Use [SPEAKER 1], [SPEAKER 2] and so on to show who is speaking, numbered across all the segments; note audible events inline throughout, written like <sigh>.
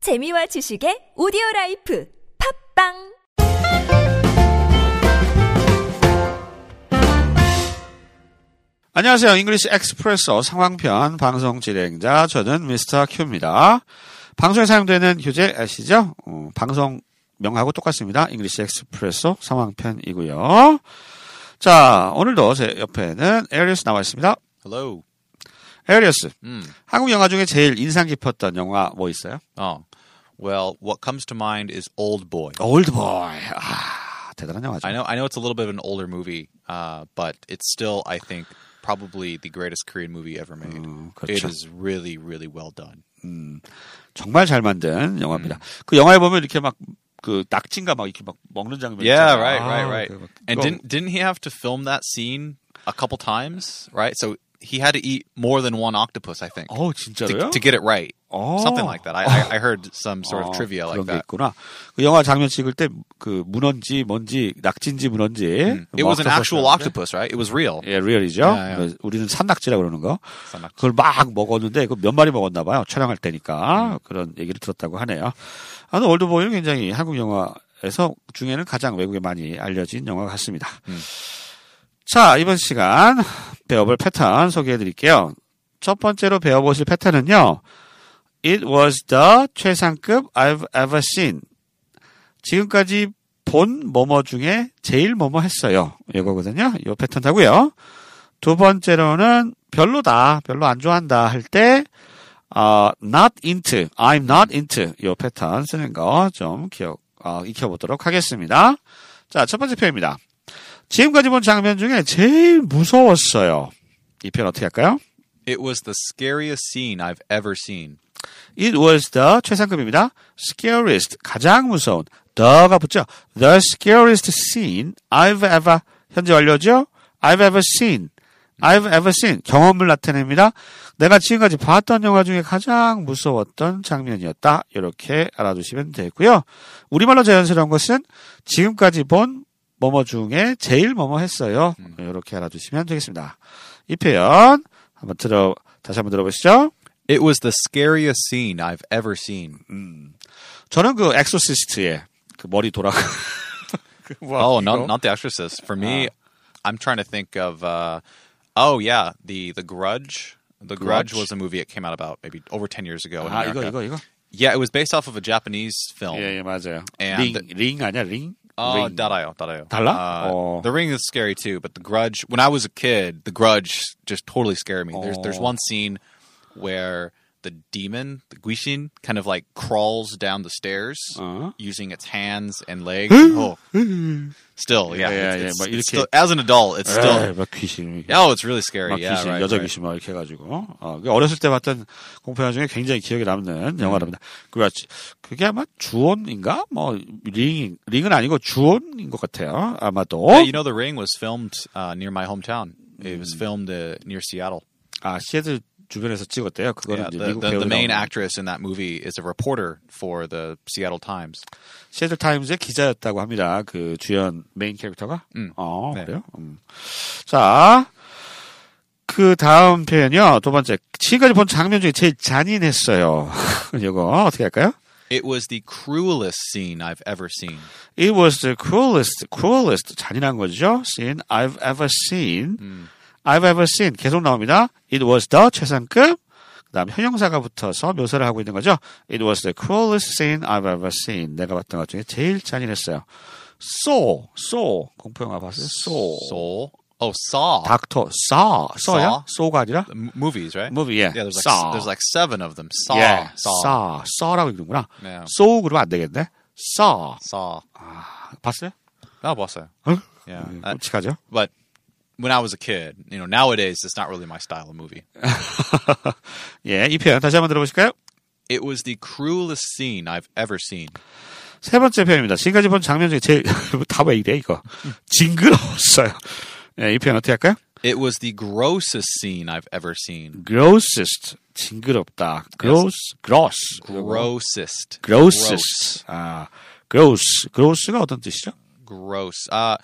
[SPEAKER 1] 재미와 지식의 오디오 라이프 팝빵
[SPEAKER 2] 안녕하세요. 잉글리시 엑스프레소 상황편 방송 진행자 저는 미스터 큐입니다. 방송에 사용되는 교재 아시죠? 어, 방송 명하고 똑같습니다. 잉글리시 엑스프레소 상황편이고요. 자, 오늘도 제 옆에는 에리어스 나와 있습니다.
[SPEAKER 3] Hello.
[SPEAKER 2] 에리어스,
[SPEAKER 3] Mm.
[SPEAKER 2] 한국 영화 중에 제일 인상 깊었던 영화 뭐 있어요?
[SPEAKER 3] Oh. Well, what comes to mind is Old Boy.
[SPEAKER 2] 올드보이. 아, 대단한 영화죠.
[SPEAKER 3] I know I know it's a little bit of an older movie, uh, but it's still I think probably the greatest Korean movie ever made. it
[SPEAKER 2] 그렇죠.
[SPEAKER 3] is really really well done.
[SPEAKER 2] 정말 잘
[SPEAKER 3] 음.
[SPEAKER 2] 만든 영화입니다. 그 영화에 보면 이렇게 막 그 낙지인가 막 이렇게 막 먹는 장면. 있잖아요. 아, 그 막-
[SPEAKER 3] And didn't didn't he have to film that scene a couple times, right? So he had to eat more than one octopus, I think.
[SPEAKER 2] 어 진짜로요?
[SPEAKER 3] To, to get it right,
[SPEAKER 2] 어.
[SPEAKER 3] something like that. I, I, I heard some sort
[SPEAKER 2] 어,
[SPEAKER 3] of trivia like
[SPEAKER 2] 그런 게
[SPEAKER 3] that.
[SPEAKER 2] 있구나. 그 영화 장면 찍을 때 그 문어인지 뭔지 낙지인지 문어인지.
[SPEAKER 3] 음. It was an actual octopus, right? It was real.
[SPEAKER 2] 예, 리얼이죠.
[SPEAKER 3] 야, 야.
[SPEAKER 2] 그 우리는 산낙지라 그러는 거.
[SPEAKER 3] 산낙지.
[SPEAKER 2] 그걸 막 먹었는데 그 몇 마리 먹었나 봐요. 촬영할 때니까 그런 얘기를 들었다고 하네요. 아, 월드보이는 굉장히 한국 영화에서 중에는 가장 외국에 많이 알려진 영화 같습니다. 자, 이번 시간 배워볼 패턴 소개해 드릴게요. 첫 번째로 배워보실 패턴은요. It was the 최상급 I've ever seen. 지금까지 본 뭐뭐 중에 제일 뭐뭐 했어요. 이거거든요. 이 패턴 타고요. 두 번째로는 별로다, 별로 안 좋아한다 할 때 어, not into, I'm not into 이 패턴 쓰는 거 좀 기억 어, 익혀보도록 하겠습니다. 자, 첫 번째 표현입니다. 지금까지 본 장면 중에 제일 무서웠어요. 이 표현 어떻게 할까요?
[SPEAKER 3] It was the scariest scene I've ever seen.
[SPEAKER 2] It was the 최상급입니다. Scariest 가장 무서운 the가 붙죠. The scariest scene I've ever 현재 완료죠. I've ever seen. I've ever seen 경험을 나타냅니다. 내가 지금까지 봤던 영화 중에 가장 무서웠던 장면이었다. 이렇게 알아두시면 되고요. 우리말로 자연스러운 것은 지금까지 본 뭐뭐 중에 제일 뭐뭐 했어요. 이렇게 알아두시면 되겠습니다. 이 표현 한번 들어 다시 한번 들어보시죠.
[SPEAKER 3] It was the scariest scene I've ever seen.
[SPEAKER 2] 저는 그 엑소시스트의 그 머리 돌아가. <laughs> 그 뭐야, 이거?
[SPEAKER 3] oh, not not The Exorcist. For me, I'm trying to think of. Uh, oh yeah, the the Grudge. The
[SPEAKER 2] Grudge?
[SPEAKER 3] Grudge.
[SPEAKER 2] Ah,
[SPEAKER 3] was a movie it came out about maybe over ten years ago. In
[SPEAKER 2] 아 이거
[SPEAKER 3] America.
[SPEAKER 2] 이거 이거.
[SPEAKER 3] Yeah, it was based off of a Japanese film.
[SPEAKER 2] 어. 예예 어, 맞아요.
[SPEAKER 3] And
[SPEAKER 2] 링
[SPEAKER 3] the-
[SPEAKER 2] 링 아니야 링.
[SPEAKER 3] Oh,
[SPEAKER 2] 링.
[SPEAKER 3] Darayo, Darayo.
[SPEAKER 2] 달라?
[SPEAKER 3] Uh,
[SPEAKER 2] 어.
[SPEAKER 3] The Ring is scary too, but The Grudge. When I was a kid, The Grudge just totally scared me. There's
[SPEAKER 2] Oh.
[SPEAKER 3] there's one scene where the demon, the Guishin, kind of like crawls down the stairs
[SPEAKER 2] Uh-huh.
[SPEAKER 3] using its hands and
[SPEAKER 2] <gasps>
[SPEAKER 3] legs. oh. Still,
[SPEAKER 2] Yeah,
[SPEAKER 3] yeah, it's-
[SPEAKER 2] yeah,
[SPEAKER 3] it's-
[SPEAKER 2] but you
[SPEAKER 3] it's
[SPEAKER 2] can't-
[SPEAKER 3] still- as an adult, it's
[SPEAKER 2] 에이,
[SPEAKER 3] still.
[SPEAKER 2] 예, 막 귀신.
[SPEAKER 3] Oh, it's really scary.
[SPEAKER 2] 막
[SPEAKER 3] Yeah,
[SPEAKER 2] 귀신
[SPEAKER 3] right,
[SPEAKER 2] 여자
[SPEAKER 3] right.
[SPEAKER 2] 귀신 막 이렇게 해가지고 어, 그 어렸을 때 봤던 공포 영화 중에 굉장히 기억에 남는 영화랍니다. 그렇지. 그게 아마 주온인가 뭐링 링은 아니고 주온인 것 같아요. 아마도
[SPEAKER 3] Yeah, you know, The Ring was filmed uh, near my hometown.
[SPEAKER 2] Hmm.
[SPEAKER 3] It was filmed uh, near Seattle.
[SPEAKER 2] 아 시애틀 주변에서 찍었대요. 그거는
[SPEAKER 3] Yeah,
[SPEAKER 2] 이제
[SPEAKER 3] the,
[SPEAKER 2] 미국
[SPEAKER 3] the,
[SPEAKER 2] 배우
[SPEAKER 3] the main actress in that movie is a reporter for the Seattle Times.
[SPEAKER 2] 시애틀 타임즈의 기자였다고 합니다. 그 주연 메인 캐릭터가.
[SPEAKER 3] 음.
[SPEAKER 2] 어,
[SPEAKER 3] 네.
[SPEAKER 2] 그래요? 음. 자, 그 다음 표현이요. 두 번째. 지금까지 본 장면 중에 제일 잔인했어요. <laughs> 이거 어떻게 할까요?
[SPEAKER 3] It was the cruelest scene I've ever seen.
[SPEAKER 2] It was the cruelest, cruelest 잔인한 거죠. Scene I've ever seen.
[SPEAKER 3] 음.
[SPEAKER 2] I've ever seen 계속 나옵니다. It was the 최상급. 그다음 형용사가 붙어서 묘사를 하고 있는 거죠. It was the cruelest scene I've ever seen. 내가 봤던 것 중에 제일 잔인했어요. So, so 공포 영화 봤어요. So,
[SPEAKER 3] Soul. Oh, Saw.
[SPEAKER 2] 닥터 saw, saw야?
[SPEAKER 3] Saw?
[SPEAKER 2] so가 아니라
[SPEAKER 3] M- movies, right?
[SPEAKER 2] movie, 예.
[SPEAKER 3] Yeah, there's like
[SPEAKER 2] saw.
[SPEAKER 3] there's like seven of them. Saw.
[SPEAKER 2] 예,
[SPEAKER 3] Saw. 네.
[SPEAKER 2] saw, saw라고 읽는구나.
[SPEAKER 3] Yeah.
[SPEAKER 2] So 그러면 안 되겠네. saw
[SPEAKER 3] Saw.
[SPEAKER 2] 봤어요?
[SPEAKER 3] Oh, bossa.
[SPEAKER 2] 응?
[SPEAKER 3] Yeah.
[SPEAKER 2] 음,
[SPEAKER 3] that-
[SPEAKER 2] 끔찍하죠.
[SPEAKER 3] but when I was a kid, you know, nowadays it's not really my style of movie.
[SPEAKER 2] 예, 이 표현 다시 한번 들어보실까요?
[SPEAKER 3] It was the cruelest scene I've ever seen.
[SPEAKER 2] 세 번째 표현입니다. 지금까지 본 장면 중에 제일 <laughs> 다 왜 이래 이거 징그러웠어요. 예, 이 표현 어떻게 할까요?
[SPEAKER 3] It was the grossest scene I've ever seen.
[SPEAKER 2] grossest 징그럽다. gross, gross,
[SPEAKER 3] Grossest.
[SPEAKER 2] grossest. 아, gross, gross가 어떤 뜻이죠?
[SPEAKER 3] Gross. Gross. Uh,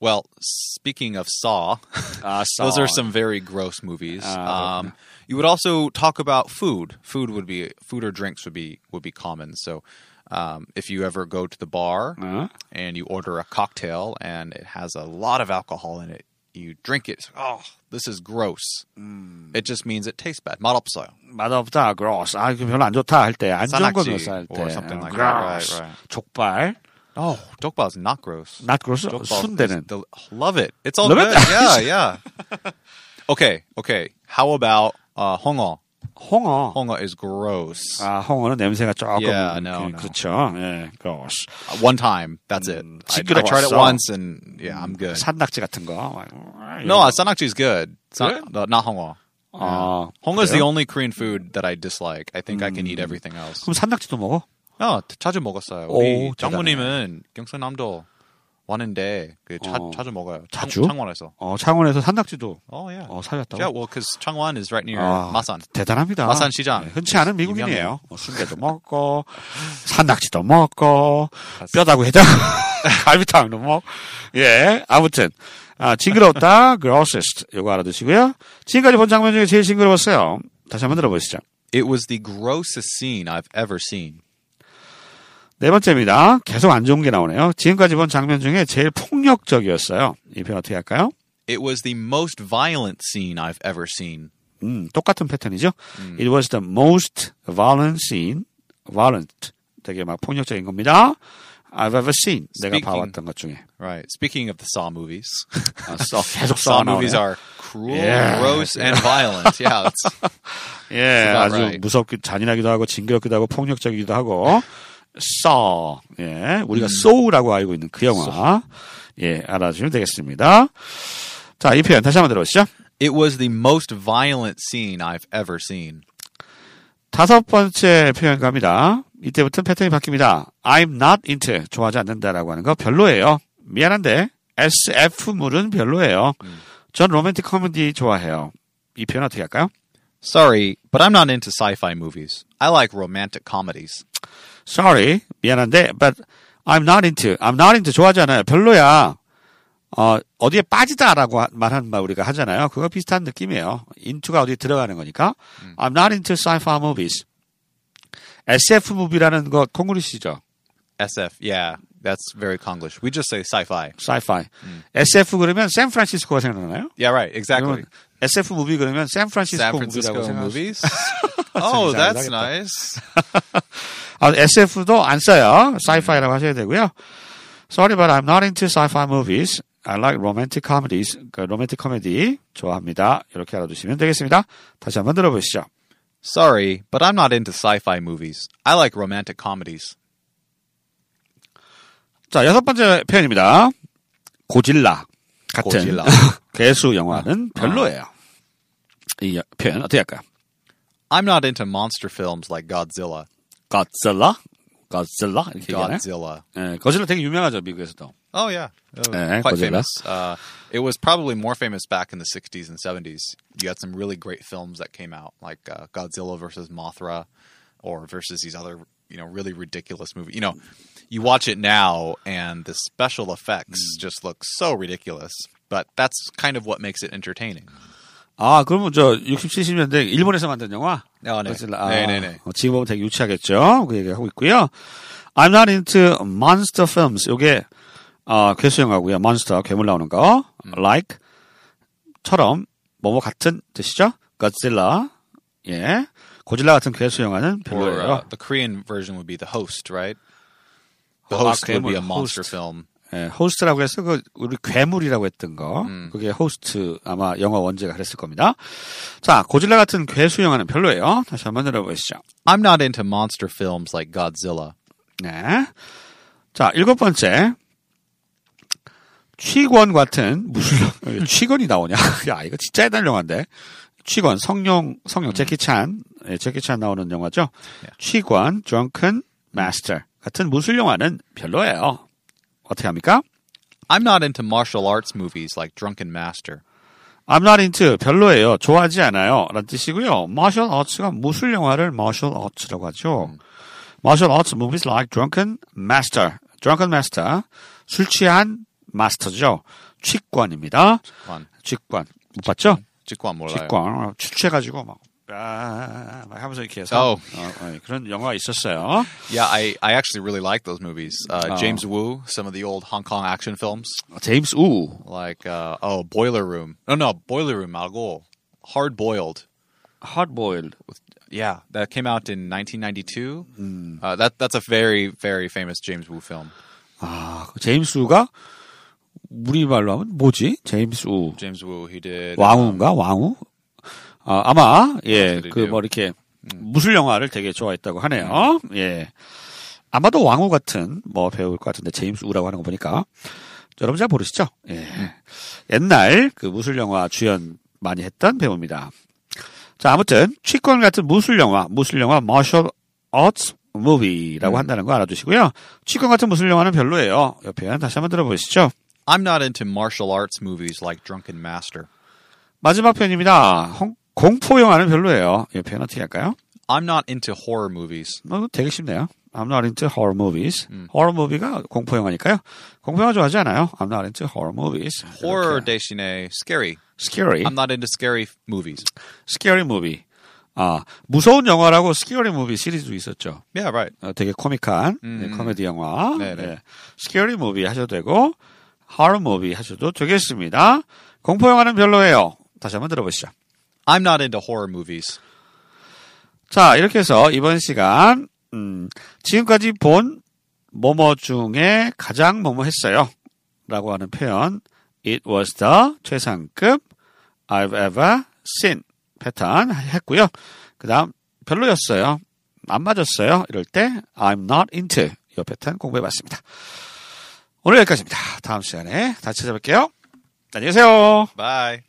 [SPEAKER 3] Well, speaking of Uh, Saw,
[SPEAKER 2] 아,
[SPEAKER 3] <laughs> those are some very gross movies.
[SPEAKER 2] Ah,
[SPEAKER 3] um, you would also talk about food. Food would be food or drinks would be would be common. So, um, if you ever go to the bar
[SPEAKER 2] 어?
[SPEAKER 3] and you order a cocktail and it has a lot of alcohol in it, you drink it. Oh, this is gross. It just means it tastes bad. 맛없어요.
[SPEAKER 2] 맛없다, gross. 아, 이거 별로 안 좋다 할 때, 안 좋은 거
[SPEAKER 3] 싸낙지
[SPEAKER 2] gross 할 때.
[SPEAKER 3] or something like that.
[SPEAKER 2] gross.
[SPEAKER 3] Right, right.
[SPEAKER 2] 족발,
[SPEAKER 3] Oh, dokbal is not gross.
[SPEAKER 2] not gross,
[SPEAKER 3] Dokbal is
[SPEAKER 2] 순대는.
[SPEAKER 3] del- love it. It's all
[SPEAKER 2] Love it?
[SPEAKER 3] good.
[SPEAKER 2] <laughs>
[SPEAKER 3] Yeah, yeah. Okay, okay. How about uh, hongo?
[SPEAKER 2] 홍어.
[SPEAKER 3] Hongo is gross.
[SPEAKER 2] 아, 홍어는 냄새가 조금.
[SPEAKER 3] Yeah,
[SPEAKER 2] 그,
[SPEAKER 3] no, no.
[SPEAKER 2] 그렇죠. 예, gross.
[SPEAKER 3] One time, that's it.
[SPEAKER 2] Mm,
[SPEAKER 3] I, I tried it
[SPEAKER 2] 시끄러웠어.
[SPEAKER 3] once, and yeah,
[SPEAKER 2] Mm,
[SPEAKER 3] I'm good.
[SPEAKER 2] 산낙지 같은 거.
[SPEAKER 3] No, uh, sanakji is good. It's
[SPEAKER 2] Good?
[SPEAKER 3] not, no, not hongo.
[SPEAKER 2] 아,
[SPEAKER 3] Hongo is the
[SPEAKER 2] 그래요?
[SPEAKER 3] only Korean food that I dislike. I think I can
[SPEAKER 2] Mm.
[SPEAKER 3] eat everything else.
[SPEAKER 2] 그럼 산낙지도 먹어?
[SPEAKER 3] 어, 자주 먹었어요. 우리
[SPEAKER 2] 오,
[SPEAKER 3] 장모님은 경상남도 왔는데 그 자,
[SPEAKER 2] 어.
[SPEAKER 3] 자주 먹어요. 창-
[SPEAKER 2] 자주?
[SPEAKER 3] 창원에서.
[SPEAKER 2] 어, 창원에서 산낙지도
[SPEAKER 3] Oh yeah.
[SPEAKER 2] 어, 사셨다고?
[SPEAKER 3] Yeah, well, because Changwon is right near
[SPEAKER 2] 아,
[SPEAKER 3] Masan.
[SPEAKER 2] 대단합니다.
[SPEAKER 3] 마산 시장.
[SPEAKER 2] 네, 흔치 않은
[SPEAKER 3] 유명해요.
[SPEAKER 2] 미국인이에요. 뭐 순대도 먹고, <laughs> 산낙지도 먹고, 뼈다구 해장, <laughs> 갈비탕도 먹. 예, 아무튼 아, 징그러웠다, <laughs> grossest 요거 알아두시고요. 지금까지 본 장면 중에 제일 징그러웠어요. 다시 한번 들어보시죠.
[SPEAKER 3] It was the grossest scene I've ever seen.
[SPEAKER 2] 네 번째입니다. 계속 안 좋은 게 나오네요. 지금까지 본 장면 중에 제일 폭력적이었어요. 이 표현 어떻게 할까요?
[SPEAKER 3] It was the most violent scene I've ever seen.
[SPEAKER 2] 음, 똑같은 패턴이죠.
[SPEAKER 3] 음.
[SPEAKER 2] It was the most violent scene. violent. 되게 막 폭력적인 겁니다. I've ever seen.
[SPEAKER 3] Speaking.
[SPEAKER 2] 내가 봐왔던 것 중에.
[SPEAKER 3] Right. Speaking of the Saw movies, <laughs>
[SPEAKER 2] 아, 써, <laughs> 계속 써
[SPEAKER 3] Saw movies
[SPEAKER 2] 나오네요.
[SPEAKER 3] are cruel,
[SPEAKER 2] Yeah.
[SPEAKER 3] gross, and violent. Yeah.
[SPEAKER 2] <laughs>
[SPEAKER 3] It's,
[SPEAKER 2] 예,
[SPEAKER 3] about
[SPEAKER 2] 아주
[SPEAKER 3] right.
[SPEAKER 2] 무섭기, 잔인하기도 하고, 징그럽기도 하고, 폭력적이기도 하고, Saw. 예,
[SPEAKER 3] 음.
[SPEAKER 2] 우리가 Saw라고 알고 있는 그 영화. 예, 알아주시면 되겠습니다. 자, 이 표현 다시 한번 들어보시죠.
[SPEAKER 3] it was the most violent scene I've ever seen.
[SPEAKER 2] 다섯 번째 표현 갑니다. 이때부터 패턴이 바뀝니다. I'm not into 좋아하지 않는다라고 하는 거 별로예요. 미안한데 SF물은 별로예요. 전 로맨틱 코미디 좋아해요. 이 표현 어떻게 할까요?
[SPEAKER 3] Sorry, but I'm not into sci-fi movies. I like romantic comedies.
[SPEAKER 2] Sorry, 미안한데 but I'm not into. I'm not into 좋아하지 않아요. 별로야. 어, 어디에 빠지다라고 하- 말하는 말 우리가 하잖아요. 그거 비슷한 느낌이에요. into가 어디 들어가는 거니까. I'm not into sci-fi movies. SF 무비라는 거 콩그리시죠?
[SPEAKER 3] SF, yeah, that's very Konglish. We just say sci-fi.
[SPEAKER 2] sci-fi. SF 그러면 샌프란시스코가 생각나나요?
[SPEAKER 3] Yeah, right, exactly.
[SPEAKER 2] 그러면 SF 무비 그러면
[SPEAKER 3] San
[SPEAKER 2] 샌프란시스코 무비라고
[SPEAKER 3] Francisco
[SPEAKER 2] 생각. <laughs>
[SPEAKER 3] movies. oh, that's
[SPEAKER 2] Exactly.
[SPEAKER 3] nice.
[SPEAKER 2] 아, SF도 안 써요. sci-fi라고 하셔야 되고요. Sorry, but I'm not into sci-fi movies. I like romantic comedies. 그 로맨틱 코미디 좋아합니다. 이렇게 알아두시면 되겠습니다. 다시 한번 들어보시죠.
[SPEAKER 3] Sorry, but I'm not into sci-fi movies. I like romantic comedies.
[SPEAKER 2] 자, 여섯 번째 표현입니다. 고질라 아. 같은
[SPEAKER 3] 고질라.
[SPEAKER 2] <laughs> 괴수 영화는 별로예요. 이 표현 어떻게 할까요?
[SPEAKER 3] I'm not into monster films like Godzilla.
[SPEAKER 2] Godzilla, Godzilla 이렇게 얘기하나요?
[SPEAKER 3] Godzilla.
[SPEAKER 2] 예, 거질라 되게 유명하죠 미국에서도.
[SPEAKER 3] Oh yeah, Oh,
[SPEAKER 2] Eh,
[SPEAKER 3] quite
[SPEAKER 2] Godzilla.
[SPEAKER 3] famous. Uh, it was probably more famous back in the '60s and '70s. You had some really great films that came out, like uh, Godzilla versus Mothra, or versus these other, you know, really ridiculous movies. You know, you watch it now, and the special effects just look so ridiculous. But that's kind of what makes it entertaining.
[SPEAKER 2] 아 그러면 저 60, 70년대 일본에서 만든 영화.
[SPEAKER 3] 어, 네.
[SPEAKER 2] 거질라. 아,
[SPEAKER 3] 네, 네, 네.
[SPEAKER 2] 어, 지금 보면 되게 유치하겠죠. 그 얘기하고 있고요. I'm not into monster films. 요게 아 괴수 영화고요. monster 괴물 나오는 거. like 처럼 뭐뭐 같은 뜻이죠. Godzilla 예 고질라 같은 괴수 영화는
[SPEAKER 3] Or
[SPEAKER 2] 별로예요.
[SPEAKER 3] uh, the Korean version would be The Host, right? The
[SPEAKER 2] Oh,
[SPEAKER 3] Host
[SPEAKER 2] okay,
[SPEAKER 3] would be a
[SPEAKER 2] Host.
[SPEAKER 3] monster film.
[SPEAKER 2] 예, 호스트라고 해서 그 우리 괴물이라고 했던 거 그게 호스트 아마 영어 원제가 그랬을 겁니다. 자 고질라 같은 괴수 영화는 별로예요. 다시 한번 들어보시죠.
[SPEAKER 3] I'm not into monster films like Godzilla.
[SPEAKER 2] 네. 자 일곱 번째 취권 같은 무슨 왜 취권이 나오냐? <laughs> 야 이거 진짜 해달 영화인데 취권 성룡 성룡 제키찬 예, 제키찬 나오는 영화죠. 취권 drunken master 같은 무술 영화는 별로예요. 어떻게 합니까?
[SPEAKER 3] I'm not into martial arts movies like Drunken Master.
[SPEAKER 2] I'm not into 별로예요. 좋아하지 않아요. 라는 뜻이고요. Martial arts가 무술 영화를 martial arts라고 하죠. Martial arts movies like Drunken Master. Drunken Master. 술 취한 마스터죠. 취관입니다.
[SPEAKER 3] 직관.
[SPEAKER 2] 취관 못 봤죠?
[SPEAKER 3] 직관 몰라요.
[SPEAKER 2] 취관 출출해가지고 막. 아, 막 하면서 이렇게 해서
[SPEAKER 3] Oh.
[SPEAKER 2] 어, 어, 그런 영화가 있었어요.
[SPEAKER 3] Yeah, I, I actually really like those movies. Uh,
[SPEAKER 2] Oh.
[SPEAKER 3] James Woo, some of the old Hong Kong action films,
[SPEAKER 2] 제임스 우
[SPEAKER 3] like uh, oh Boiler Room. No, no Boiler Room. 말고 Hard Boiled.
[SPEAKER 2] 핫보일드
[SPEAKER 3] Yeah, that came out in 1992. Uh, that that's a very very famous James Woo film.
[SPEAKER 2] 아, 그 제임스 우가 우리말로 하면 뭐지? 제임스 우
[SPEAKER 3] James Woo, he did.
[SPEAKER 2] 왕우인가? 왕우? 아, 아마 예,
[SPEAKER 3] 그래요.
[SPEAKER 2] 그 뭐 이렇게 무술 영화를 되게 좋아했다고 하네요. 예. 아마도 왕우 같은 뭐 배우일 것 같은데 제임스 우라고 하는 거 보니까 여러분 잘 모르시죠? 예. 옛날 그 무술 영화 주연 많이 했던 배우입니다. 자, 아무튼 취권 같은 무술 영화, 무술 영화 martial arts movie라고 한다는 거 알아두시고요. 취권 같은 무술 영화는 별로예요. 옆에 다시 한번 들어보시죠.
[SPEAKER 3] I'm not into martial arts movies like Drunken Master.
[SPEAKER 2] 마지막
[SPEAKER 3] 아.
[SPEAKER 2] 편입니다. 홍- 공포 영화는 별로예요. 이 표현 어떻게 할까요?
[SPEAKER 3] I'm not into horror movies.
[SPEAKER 2] 어, 되게 쉽네요. I'm not into horror movies.
[SPEAKER 3] 음.
[SPEAKER 2] horror movie가 공포 영화니까요. 공포 영화 좋아하지 않아요. I'm not into horror movies.
[SPEAKER 3] 아, Horror 아.
[SPEAKER 2] 이렇게.
[SPEAKER 3] deshine scary.
[SPEAKER 2] scary,
[SPEAKER 3] I'm not into scary f- movies.
[SPEAKER 2] scary movie. 아 무서운 영화라고 scary movie 시리즈도 있었죠.
[SPEAKER 3] Yeah, right.
[SPEAKER 2] 어, 되게 코믹한 네, 코미디 영화.
[SPEAKER 3] 음. 네네.
[SPEAKER 2] 네. scary movie 하셔도 되고 horror movie 하셔도 되겠습니다. 공포 영화는 별로예요. 다시 한번 들어보시죠.
[SPEAKER 3] I'm not into horror movies.
[SPEAKER 2] 자, 이렇게 해서 이번 시간, 음, 지금까지 본 뭐뭐 중에 가장 뭐뭐 했어요. 라고 하는 표현. It was the 최상급 I've ever seen 패턴 했고요. 그 다음, 별로였어요. 안 맞았어요. 이럴 때 I'm not into 이 패턴 공부해 봤습니다. 오늘 여기까지입니다. 다음 시간에 다시 찾아뵐게요. 안녕히 계세요.
[SPEAKER 3] Bye.